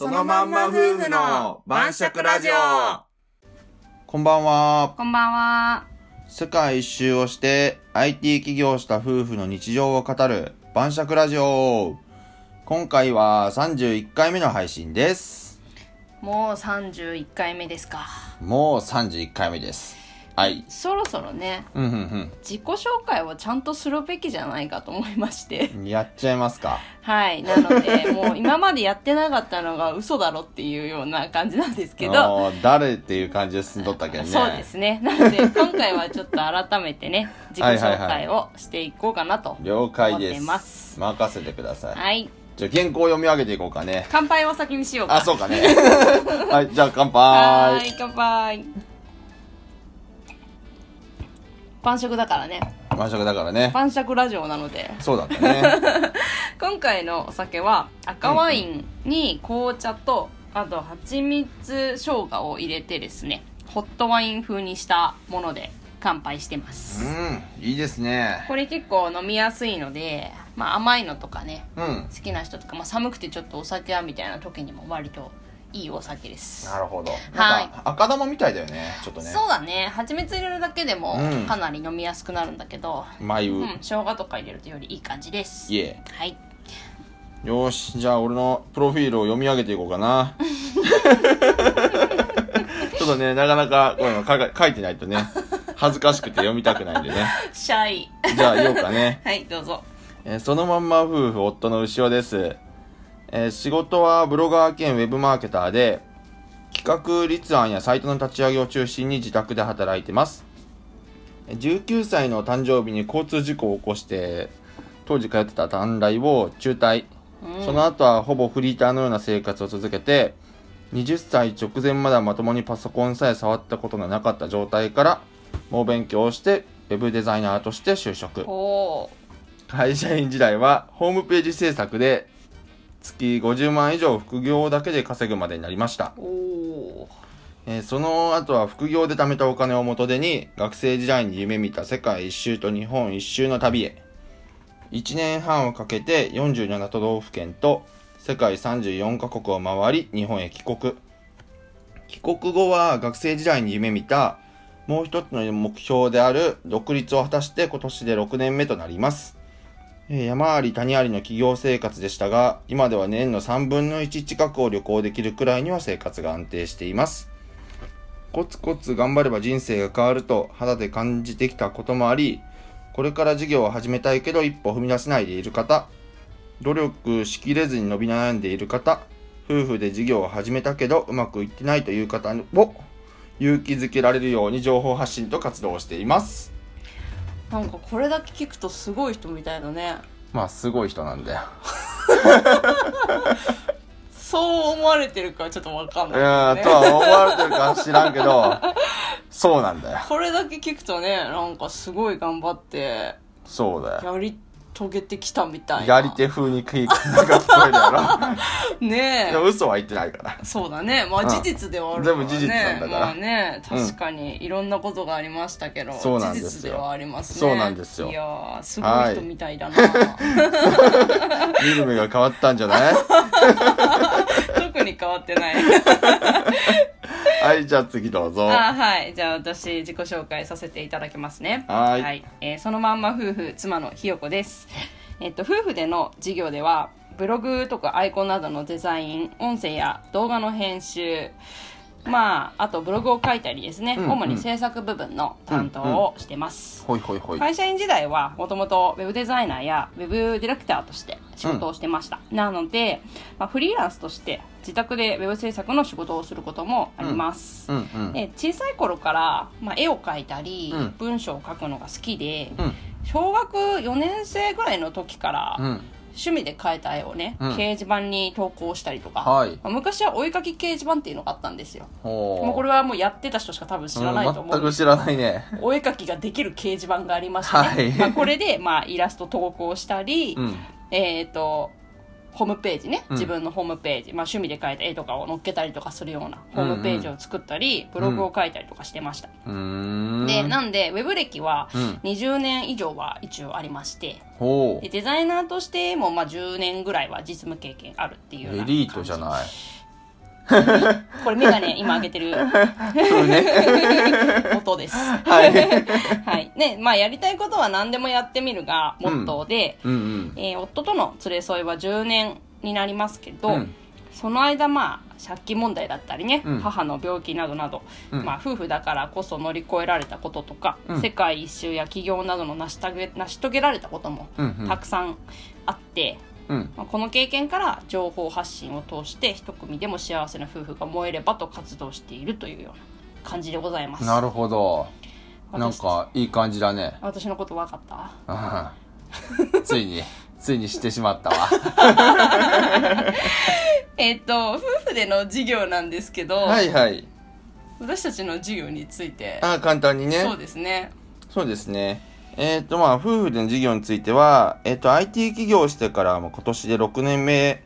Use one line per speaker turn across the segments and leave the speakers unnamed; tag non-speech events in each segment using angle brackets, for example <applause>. のまんま夫婦の晩酌ラジオこんばんは。
こんばんは。
世界一周をして IT 起業した夫婦の日常を語る晩酌ラジオ。今回は31回目の配信です。
もう31回目ですか。
もう31回目です。はい。
そろそろね、
うんうん
自己紹介をちゃんとするべきじゃないかと思いまして。
うん。やっちゃいますか。
はい。なので、もう今までやってなかったのが嘘だろっていうような感じなんですけど。
あー誰っていう感じで進んどったけどね。
そうですね。なので、今回はちょっと改めてね、自己紹介をしていこうかなと。
了解
思っ
で
て
す。
ます
任せてください。
はい。
じゃあ原稿を読み上げていこうかね。
乾杯をお先にしようか。
あ、そうかね。 <laughs> はい、じゃあ乾
はー
杯。
い、乾杯。晩酌だからね。
晩酌だからね。
晩酌ラジオなので。
そうだったね。
今回のお酒は赤ワインに紅茶とあと蜂蜜生姜を入れてですねホットワイン風にしたもので乾杯してます
うん、いいですね。
これ結構飲みやすいので、まあ、甘いのとかね
うん
好。きな人とか、まあ、寒くてちょっとお酒はみたいな時にも割といいお酒です
なるほど。なんか、
はい
赤玉みたいだよね。ちょっとね。
そうだね蜂蜜入れるだけでも
うん
かなり飲みやすくなるんだけど、
眉。
うん、生姜とか入れるとよりいい感じです
イエ
はい
ー。よーし、じゃあ俺のプロフィールを読み上げていこうか
<laughs>
な。ちょっとね、なかなかこういうの書か書いてないとね、恥ずかしくて読みたくないんでね。
シャイ <laughs>
じゃあ言おうかね。
はいどうぞ
えーそのまんま夫婦夫の牛尾です、えー仕事はブロガー兼ウェブマーケターで企画立案やサイトの立ち上げを中心に自宅で働いてますえー19歳の誕生日に交通事故を起こして当時通ってた短大を中退、
うん
その後はほぼフリーターのような生活を続けて20歳直前まだまともにパソコンさえ触ったことがなかった状態から猛勉強をしてウェブデザイナーとして就職
おー
会社員時代はホームページ制作で月50万以上副業だけで稼ぐまでになりました、
おー
えーその後は副業で貯めたお金を元手に学生時代に夢見た世界一周と日本一周の旅へ1年半をかけて47都道府県と世界34カ国を回り日本へ帰国帰国後は学生時代に夢見たもう一つの目標である独立を果たして今年で6年目となりますえー山あり谷ありの企業生活でしたが今では年の3分の1近くを旅行できるくらいには生活が安定していますコツコツ頑張れば人生が変わると肌で感じてきたこともありこれから事業を始めたいけど一歩踏み出せないでいる方努力しきれずに伸び悩んでいる方夫婦で事業を始めたけどうまくいってないという方を勇気づけられるように情報発信と活動をしています
なんかこれだけ聞くとすごい人みたいだね
まあすごい人なんだよ
そう思われてるかちょっとわかん
うん
な
と
いよね
は思われてるか知らんけどそうなんだよ
これだけ聞くとねなんかすごい頑張って
そうだよ
やり遂げてきたみたいな
やり手風に食いなんか聞こえるやろ
ねえ
でも嘘は言ってないから
そうだねまあ
うん
事実ではあるから、ね
全部事実なんだから
まあね確かにいろんなことがありましたけど、
そうなんですよ
事実ではありますね
そうなんですよ
いやーすごい人みた
<laughs>
いだな
見る目が変わったんじゃない <laughs>
特に変わってない
はいじゃあ次どうぞ
あはいじゃあ私自己紹介させていただきますね
はい
えーそのまんま夫婦妻のひよこですえっと夫婦での事業ではブログとかアイコンなどのデザイン音声や動画の編集まああとブログを書いたりですね、
うんうん
主に制作部分の担当をしてます、
ほいほいほい
会社員時代はもともとウェブデザイナーやウェブディレクターとして仕事をしてました、なので、まあ、フリーランスとして自宅でウェブ制作の仕事をすることもあります、
うんうん
え小さい頃から、まあ、絵を描いたり、
うん
文章を書くのが好きで、
うん
小学4年生ぐらいの時から、
うん
趣味で描いた絵をね、
うん
掲示板に投稿したりとか、
はい
まあ昔は追いかき掲示板っていうのがあったんですよ
ほう
もうこれはもうやってた人しか多分知らないと
う
思う
んん
で
全
す
く知らないね
お絵描きができる掲示板がありましてね、
はい
まあ、これで、まあ、イラスト投稿したり、
うん
えっ、と、ホームページね、
うん
自分のホームページ、まあ趣味で描いた絵とかを載っけたりとかするようなホームページを作ったり、ブログを書いたりとかしてました。
うーん
で、なんで、ウェブ歴は
うん
20年以上は一応ありまして、
ほ
でデザイナーとしてもまあ10年ぐらいは実務経験あるっていう
う
よ
エ
うな感じ <laughs>
リートじゃない
これメガネ今上げて
<laughs>
る
そうね。
<laughs> 音です。
はい。
<laughs> はい。ね、まあやりたいことは何でもやってみるがモットーで、
うんうん。
えー夫との連れ添いは10年になりますけど、
うん
その間まあ借金問題だったりね、
うん
母の病気などなど、
うん
まあ、夫婦だからこそ乗り越えられたこととか、
うん
世界一周や企業などの成し遂げ成し遂げられたことも
うんうん
たくさんあって、
うん。
まあ、この経験から情報発信を通して一組でも幸せな夫婦が燃えればと活動しているというような感じでございます。
なるほど。
私
なんか、いい感じだね。
私のこと分かった
うんついに、ついにしてしまった
<laughs>
わ。
えっと夫婦での授業なんですけど、
はいはい。
私たちの授業について
あー簡単にね。
そうですね
そうですね。えっ、と、まあ、夫婦での事業については、えっ、と、IT 企業をしてから、もう今年で6年目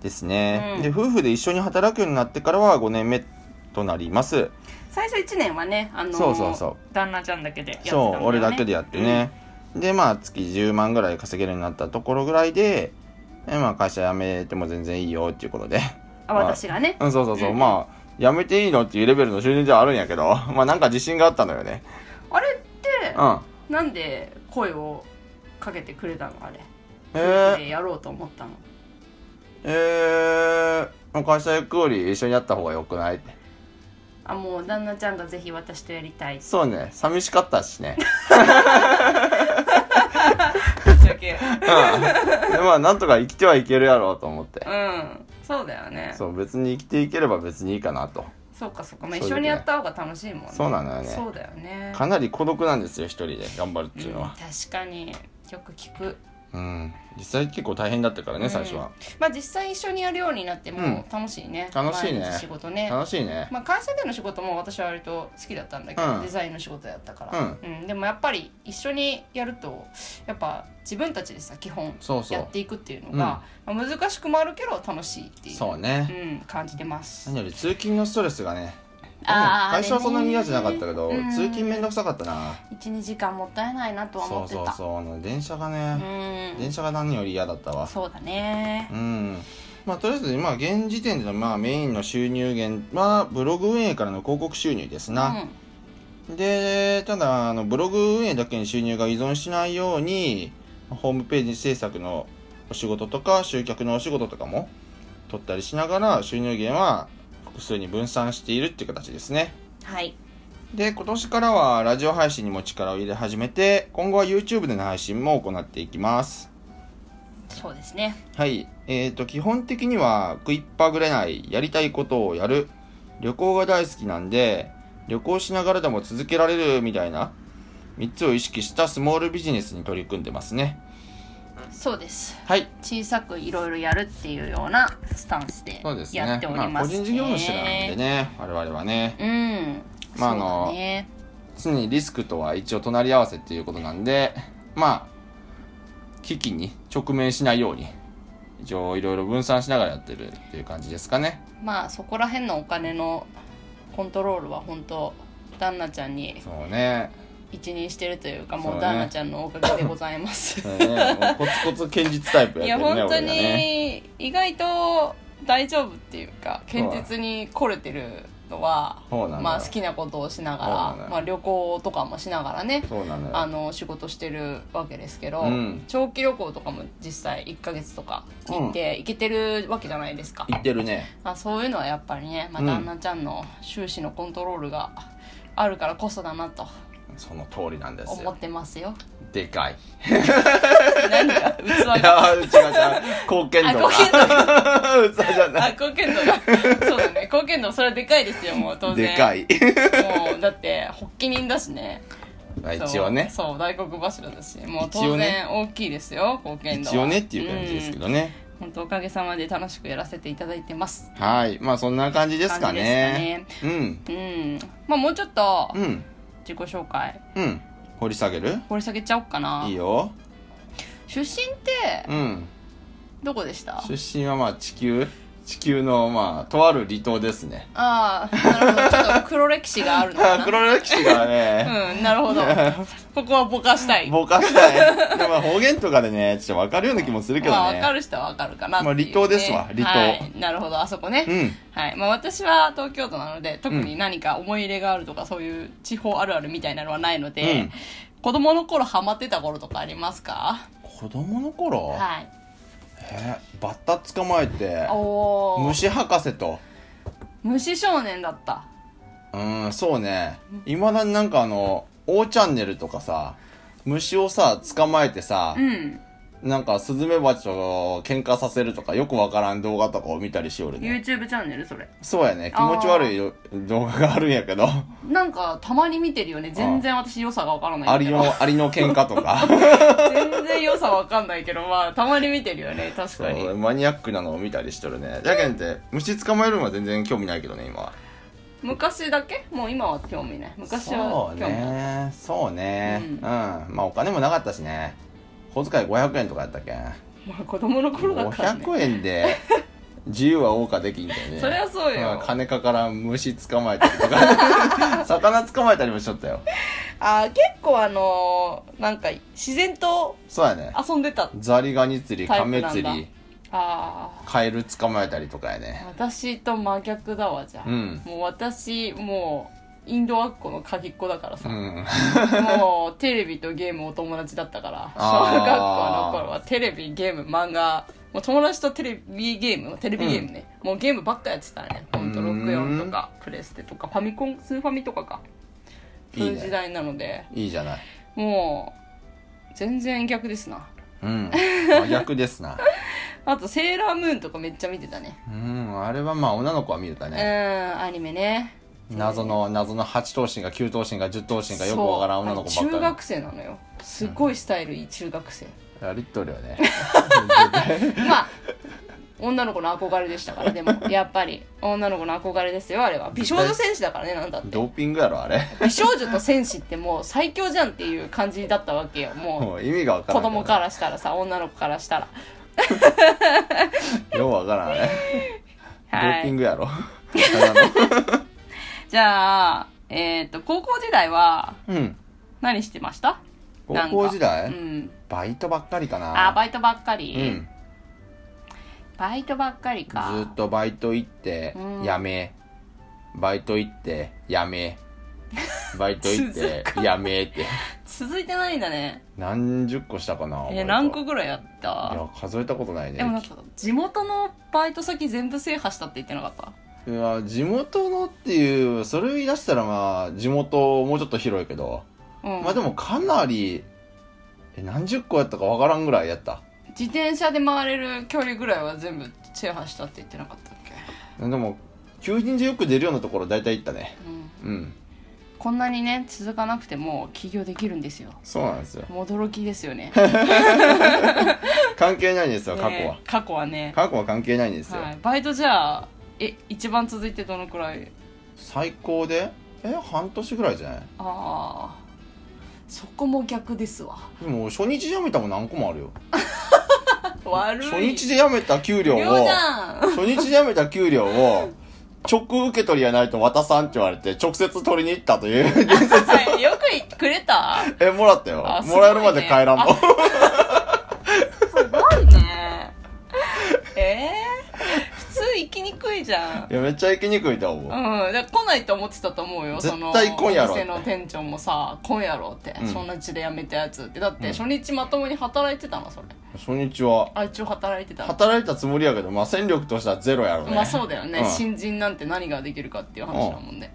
ですね、
うん
で、夫婦で一緒に働くようになってからは5年目となります。
最初1年はね、あのー
そうそうそ
旦那ちゃんだけでやってたんだよね
そう、俺だけでやってね。で、まあ、月10万ぐらい稼げるようになったところぐらいで、えまあ、会社辞めても全然いいよっていうことで。 <laughs>
あ私がね、
うん、そうそうそう。まあ、辞めていいのっていうレベルの収入ではあるんやけど、まあ、なんか自信があったのよ
<laughs>
ね。
あれって
うん。
なんで声をかけてくれたのあれ、
えー
夫婦でやろうと思ったの
えー、会社行くより一緒にやった方がよくないって
あもう旦那ちゃんがぜひ私とやりたいって
そうね寂しかったし
<laughs>
ね
言った
<laughs>
だけ
うんでまあなんとか生きてはいけるやろうと思って
うんそうだよねそ
そう別に生きていければ別にいいかなと
うかそうか、まあ、
そういうことね
一緒にやった方が楽しいもんね
そうなのよね
そうだよね
かなり孤独なんですよ一人で頑張るっ
う
ていうんの
確
は
かによく聞く
うん実際結構大変だったからね最初は、
まあ実際一緒にやるようになっても楽しいね、
うん楽しいね
毎日仕事ね
楽しいね
まあ、会社での仕事も私は割と好きだったんだけど、
うん
デザインの仕事だったから、うんでもやっぱり一緒にやるとやっぱ自分たちでさ基本
そうそ
や
う
っていくっていうのが、まあ難しくもあるけど楽しいっていう
そうね、
うん、感じてます
何より通勤のストレスがね
あー
会社はそんなに嫌じゃなかったけど、
あれねうん
通勤めんどくさかったな、
12時間もったいないなとは
そ
思
う
って
そう
た
そうあの電車が
う
ね、
ん
電車が何より嫌だったわ
そうだね
うんまあ、とりあえず今現時点でのまあメインの収入源はブログ運営からの広告収入ですな、でただあのブログ運営だけに収入が依存しないようにホームページ制作のお仕事とか集客のお仕事とかも取ったりしながら収入源は複数に分散しているっていう形ですね
うん、はい
で今年からはラジオ配信にも力を入れ始めて今後は YouTube での配信も行っていきます
そうですね
はい。えっ、と、基本的には食いっぱぐれない、やりたいことをやる、旅行が大好きなんで、旅行しながらでも続けられるみたいな、3つを意識したスモールビジネスに取り組んでますね。
そうです
はい。
小さくいろいろやるっていうようなスタンスで
そうですね。
やっており
まあ、
ま
個
すね、
人事業主なんでね、我々はね、
うん。
まああの
そうだね
常にリスクとは一応隣り合わせっていうことなんで、まあ、危機に直面しないように、一応いろいろ分散しながらやってるっていう感じですかね。
まあそこら辺のお金のコントロールは本当旦那ちゃんに
そうね。
一任してるというかも
そう
う
ね
旦那ちゃんのおかげでございま
<laughs>
す。
そうね、もうコツコツ堅実タイプ
い
や
や
けど
本
ね
当
俺がね
に意外と大丈夫っていうか堅実に来れてるのは
そうなのよ
まあ好きなことをしながら
そうなのよ
まあ旅行とかもしながらね。
そうなのよ
あの仕事してるわけですけど、
うん
長期旅行とかも実際1ヶ月とか行って行けてるわけじゃないですか、
言ってるね
まあ、そういうのはやっぱりね、まあ、
うん
旦那ちゃんの収支のコントロールがあるからこそだなと
その通りなんです
思
よ
ってますよ。
でか
<laughs>
いいやー
何が器が。
うちがじゃ貢献
あ、
度が
貢献度が。
<laughs> 器じゃな
あ、
い
貢
<laughs>
献度が。そうだね。貢献度、それはでかいですよ、もう当然。
でかい
もう、だって、発起人だしね。
まあ
そう
一応ね
そう、大黒柱だし。もう
一
当
応ね
然大きいですよ、貢献度は。
一応ねっていう感じですけ
ど。
どね
本当おかげさまで楽しくやらせていただいてます。
はいまあそんな感じですかね
感
うん
うん。まあもうちょっと
う、ん
自己紹介、
うん掘り下げる
掘り下げちゃおうかな。
いいよ
出身って
うん
どこでした
出身はまあ地球地球の、まあ、とある離島ですね。
ああなるほどちょっと黒歴史があるのかな
<laughs> 黒歴史がね、
うんなる
<laughs>
ほどここはぼかしたい
ぼかしたい。でも方言とかでね、ちょっとわかるような気もするけどね。
まあ、分かる人は分かるかなっていう、ね、
まあ離島ですわ離島
はい、なるほどあそこね、
うん
はいまあ、私は東京都なので特に何か思い入れがあるとか、そういう地方あるあるみたいなのはないので、
うん
子供の頃ハマってた頃とかありますか
子供の頃、
はい
えーバッタ捕まえて、
おー
虫博士と、
虫少年だった
うん、そうね。いまだになんかあの、O チャンネルとかさ、虫をさ、捕まえてさ
う、ん
なんかスズメバチと喧嘩させるとかよくわからん動画とかを見たりしおるね。
YouTube チャンネルそれ
そうやね。気持ち悪いよ動画があるんやけど、
なんかたまに見てるよね全然私良さが分からない
ア
んだけ
リ
ど
の、アリの喧嘩とか。
全然良さ分かんないけどまあたまに見てるよね確
そ
かに
うマニアックなのを見たりしとるねじゃけんって虫捕まえるのは全然興味ないけどね今は
昔だけもう今は興味ない昔
そ
は
う
興味ない、
ねそうね
うん
うん、まあお金もなかったしね小遣い500円とかやったっけ
まあ子供の頃だから、ね、
500円で自由は謳歌できんけどね
そりゃそうよ、
うん金かからん虫捕まえたりとか <laughs> 魚捕まえたりもしとったよ
あー結構あのーなんか自然と
そうやね
遊んでた
ザリガニ釣り
タイ
カ
プ
メ
なんだ
釣り
あ
カエル捕まえたりとかや
ー
ね
私と真逆だわじゃあ、
うん
もう私もうインドアっ子の鍵っ子だから
う
さ、
ん
もうテレビとゲームお友達だったから
あー
小学校の頃はテレビゲーム漫画もう友達とテレビゲームテレビゲームね、もうゲームばっかやってたねほんと
うーん
64とかプレステとかファミコンスーファミとかかそういう時代なので
いいじゃない
もう全然逆ですな
うん真逆ですな
あとセーラームーンとかめっちゃ見てたね
うん、あれはまあ女の子は見れた
う
ね。
んアニメね
謎の、謎の8頭身が9頭身が10頭身がよくわからん女の子ばっか
そう
り。
中学生なのよすごいスタイルいい中学生、
やりっとるよね。
<laughs> まあ女の子の憧れでしたから
<laughs>
でもやっぱり女の子の憧れですよあれは美少女戦士だからねなんだって
ドーピングやろ、あれ。
美少女と戦士ってもう最強じゃんっていう感じだったわけよも
もう意味がわ
う
から
子
んけどね、
供からしたらさ女の子からしたら
ようわからんね。ド
はい
ーピングや
<laughs>
ろ。
じゃあえっ、と高校時代は
うん。
何してました
高校時代、
なんかうん
バイトばっかりかな。
あーバイトばっかり、
うん。
バイトばっかり
ず
か
ーっとバイト行って
うん、
やめ。バイト行って、や
<laughs>
め。バイト行って
続、か
やめって。
続いてないんだね
何十個したかな
え
バイト
何個ぐらいやっ
い
た
や、数えたことないね。
でもなんか地元のバイト先全部制覇したって言ってなかった
いや地元のっていうそれを言い出したらまあ地元もうちょっと広いけど、
うん
まあでもかなりえ何十個やったかわからんぐらいやった
自転車で回れる距離ぐらいは全部制覇したって言ってなかったっけ、
でも求人でよく出るようなところ大体行ったね
うん、
うん
こんなにね続かなくても起業できるんです
<laughs>
よ
そうなんですよ
もう驚きですよね
関係ないんですよ過去は、
ね過去はね、
過去は関係ないんですよ、
はい、バイトじゃあえ一番続いてどのくらい
最高でえ半年ぐらいじゃない
ああそこも逆ですわ
でも初日辞めたも何個もあるよ
悪い
初日で辞めた給料を
無
<laughs>
料じゃん
初日で辞めた給料を直受け取りやないと渡さんって言われて直接取りに行ったという
はいよく言ってくれた
えもらったよ、
あすご
も
いね
らえるまで帰らんもん
すごいねえー、普通行きにくいじゃん
<laughs> いやめっちゃ行きにくいと
う
思
ん、
う、
だから来ないと思ってたと思うよ
絶
その
対来んやろ
お店の店長もさ「今やろ」って、
うん
そんな地で辞めたやつってだって
うん
初日まともに働いてたのそれ
初日は
あ一応働いてたの
働いたつもりやけどまあ戦力としてはゼロやろね
まあそうだよね、
うん
新人なんて何ができるかっていう話だもんね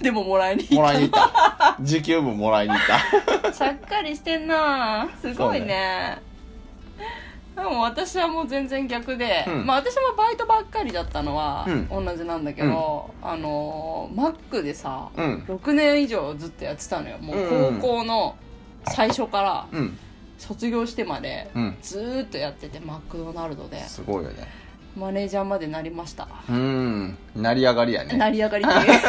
でももらいに
もらいに行った時給分もらいに行っ
しゃっかりしてんなすごいねでも私はもう全然逆で、
うん
まあ私もバイトばっかりだったのは
うん
同じなんだけど、あのーマックでさ、
たうん
6年以上ずっとやってたのよも
う
うん高校の最初から
うん
卒業してまで
うん
ずーっとやっててマクドナルドです
ごいよね
マネージャーまでなりました
うん成り上がりやね
成り上がりっていう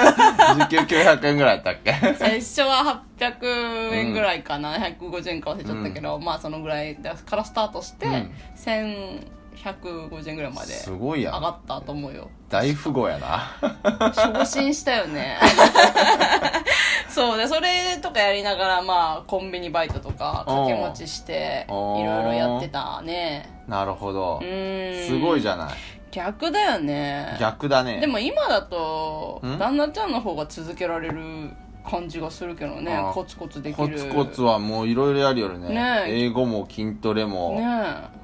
<laughs> 時給900円ぐらいやったっけ
最初は800円ぐらいかな、150円か忘れちゃったけど、まあそのぐらいだからスタートして、
うん
1000 150円ぐらいま <laughs> です
ごいや
上
ん
がったと思うよ
大富豪やな <laughs>
昇進したよねそうでそれとかやりながらまあコンビニバイトとか掛け持ちしてい
お
ろ
ー
いろやってたね
なるほど
うーん
すごい
じ
じゃない
ゃん逆だよね
逆だね
でも今だと
ん
旦那ちゃんの方が続けられる感じがするけどね
あー
コツコツでき
コ
る
ツコツはもういろいろやるよね
ねえ
英語も筋トレも、
ねえ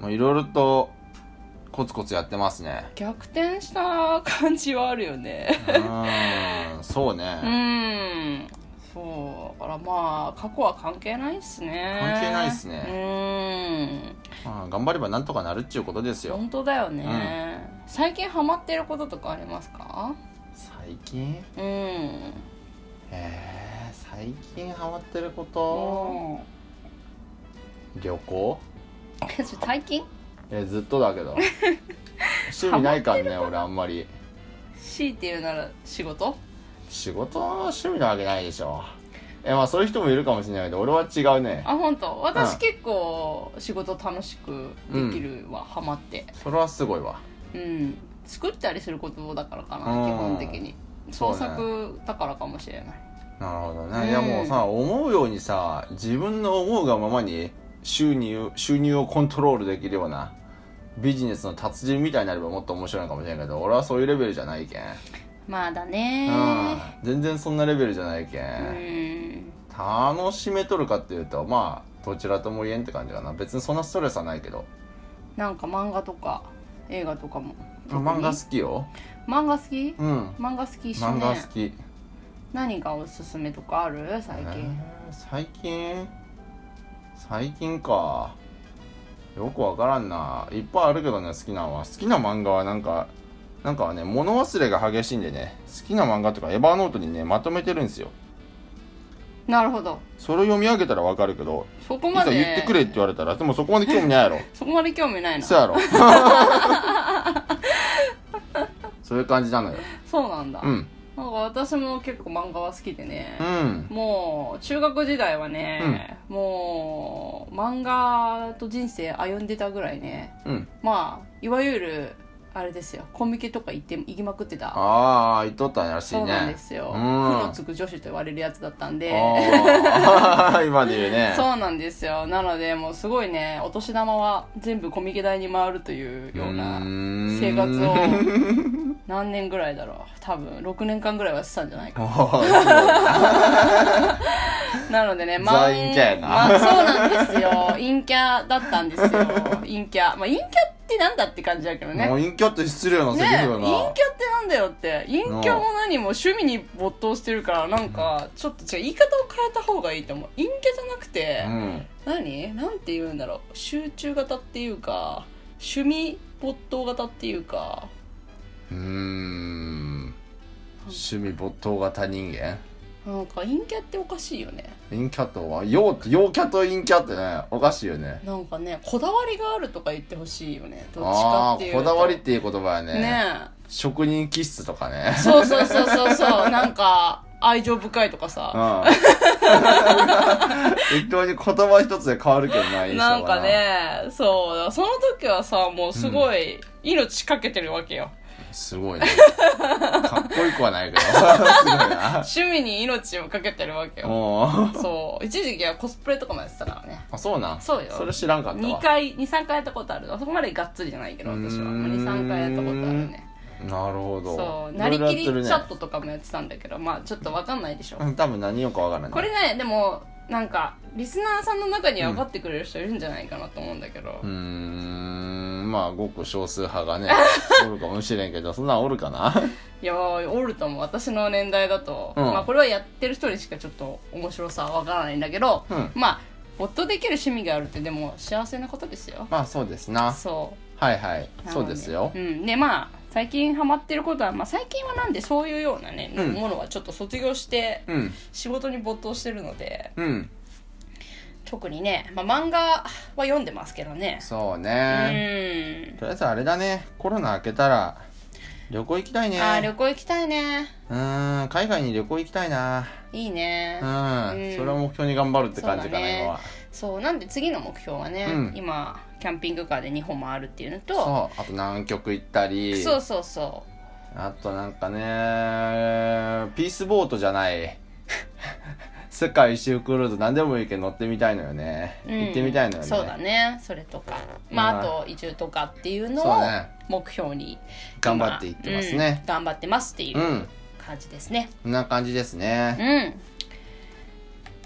もういろいろとコツコツやってますね
逆転した感じはあるよね
うーんそう
う
ね
んそうだからまあ過去は関係ないっすね
関係ないっすね
うん
まあ頑張ればなんとかなるっちゅうことですよ
本当だよね、最近ハマってることとかありますか
最近
うん
えー、最近ハマってるこ
う
と、
ん
旅行
それ最近
えずっとだけ
<laughs>
ど趣味ないからね俺あんまり
強いて言うなら仕事
仕事の趣味なわけないでしょえまあそういう人もいるかもしれないけど俺は違うね
あ本当私
うん
結構仕事楽しくできるわ、ハマって
それはすごいわ
うん作ったりすることだからかな
うん
基本的に
そう
創
ね
作だからかもしれない
なるほどね、
うん
いやもうさ思うようにさ自分の思うがままに収入収入をコントロールできるようなビジネスの達人みたいになればもっと面白いのかもしれないけど俺はそういうレベルじゃないけん、
まあだ
うん
ね、
全然そんなレベルじゃないけ、
うんん
楽しめとるかっていうとまあどちらとも言えんって感じかな別にそんなストレスはないけど
なんか漫画とか映画とかも
漫画好きよ
漫画好き
うん
漫画好き一緒
漫
ね
画好き、
何がおすすめとかある最近、
えー最近最近かよくわからんないっぱいあるけどね好きなのは好きな漫画はなんかなんかね物忘れが激しいんでね好きな漫画とかエヴァーノートにねまとめてるんですよ
なるほど
それを読み上げたらわかるけど
そこ
い
ま
ざ
で
言ってくれって言われたらでもそこまで興味ないやろ
そこまで興味ないな
そうやろ <laughs> そういう感じなのよ
そうなんだ、
うん
なんか私も結構漫画は好きでね
う、ん
もう中学時代はね、もう漫画と人生歩んでたぐらいね
うん
まあいわゆるあれですよコミケとか行って行きまくってた
ああ言っとったんやらしいね
そうなんですよ
う
苦
ん
のつく女子と言われるやつだったんで
あー <laughs> 今で言うね
そうなんですよなのでもうすごいねお年玉は全部コミケ代に回るというような生
生
活を何年ぐらいだろう多分6年間ぐらいはしてたんじ
<laughs>
ゃないかなのでねまあ
ザ陰キャやな
まあそうなんですよ陰キャだったんですよ陰キャまあ陰キャってなんだって感じだけどね
<laughs> もう陰キャって失礼な
ね
セリ
陰キ
フよ
ャって
な、
なんだよって陰キャも何も趣味に没頭してるからなんかちょっと違う言い方を変えた方がいいと思う陰キャじゃなくて、
うん、
何なんて言うんだろう集中型っていうか趣味没頭型っていうか
うーん趣味没頭型人間
なんか陰キャっておかしいよね
陰キャとは陽陽キャと陰キャってねおかしいよね
なんかねこだわりがあるとか言ってほしいよねどっちか
あ
って
あ
いうと
こだわりっていう言葉はね
ね
職人気質とかね
えそうそうそうそ
<laughs>
うそうなんか愛情深いとか
うん <laughs>
さ
一向に言葉一つで変わるけどな印象が
なんかねそうその時はさもうすごい命かけてるわけよ、
すごいねかっこよくはないけどすごいな
趣味に命をかけてるわけよ
もう
そう一時期はコスプレとかもやってたからね
あそうなん
そうよ
それ知らんかった
2
わ
回23回やったことあるあそこまでがっつりじゃないけど私は
うーん
23回やったことあるね
なるほど
そうなりきり
い
チ
ろいろ
ャ
やっ
ットとかもやってたんだけどまあちょっとわかんないでしょ、
てるねうん多分何をかわからない
これねでもなんかリスナーさんの中には分かってくれる人いるんじゃないかなと思うんだけど
うー、んまあごく少数派が
<laughs>
ねおるかもしれんけどそんなんおるかない
やーおると思う私の年代だと、
うん
まあこれはやってる人にしかちょっと面白さはわからないんだけど、
うん
まあ没頭できる趣味があるってでも幸せなことですよ
まあそうですな
そう
はいはい
なの
そうですよ
うん、でまあ最近ハマってることは、まあ、最近はなんでそういうようなね、
うん
ものはちょっと卒業して
うん
仕事に没頭してるので
うん
特にね、まあ、漫画は読んでますけどね
そう
う
ね
ん
とりあえずあれだねコロナ明けたら旅行行きたいね。
あー旅行行きたいね
うーん、海外に旅行行きたいな。
いいう
ん、
ねうん
それを目標に頑張るって感じかな、
そうだね
今は。
そうなんで次の目標はね、
うん
今キャンピングカーで日本回るっていうのと
そう、あと南極行ったり、
そうそうそう
あとなんかね、ピースボートじゃない。 <laughs> 世界一周クルーズ何でもいいけど乗ってみたいのよね、
うん
行ってみたいのよね
そうだねそれとかまああと移住とかっていうの
そう
を
ね
目標に
頑張っていってますね
うん頑張ってますっていううん感じですね
こんな感じです
う
ね
ん、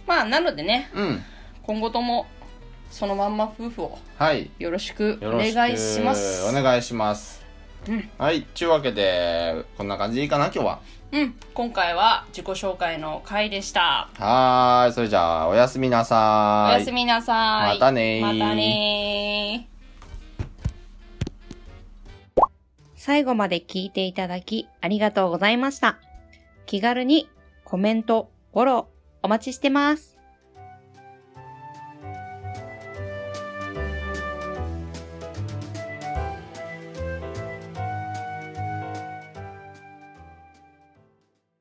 まあなのでね
うん
今後ともそのまんま夫婦を
はい
よろしくお
よろしく
願いします
お願いします、
うん
はいちゅうわけでこんな感じでいいかな今日は
うん今回は自己紹介の回でした
はーいそれじゃあおやすみなさ
お
ーい
やすみなさい
またねー
またねー
最後まで聞いていただきありがとうございました。気軽にコメント、フォローお待ちしてます。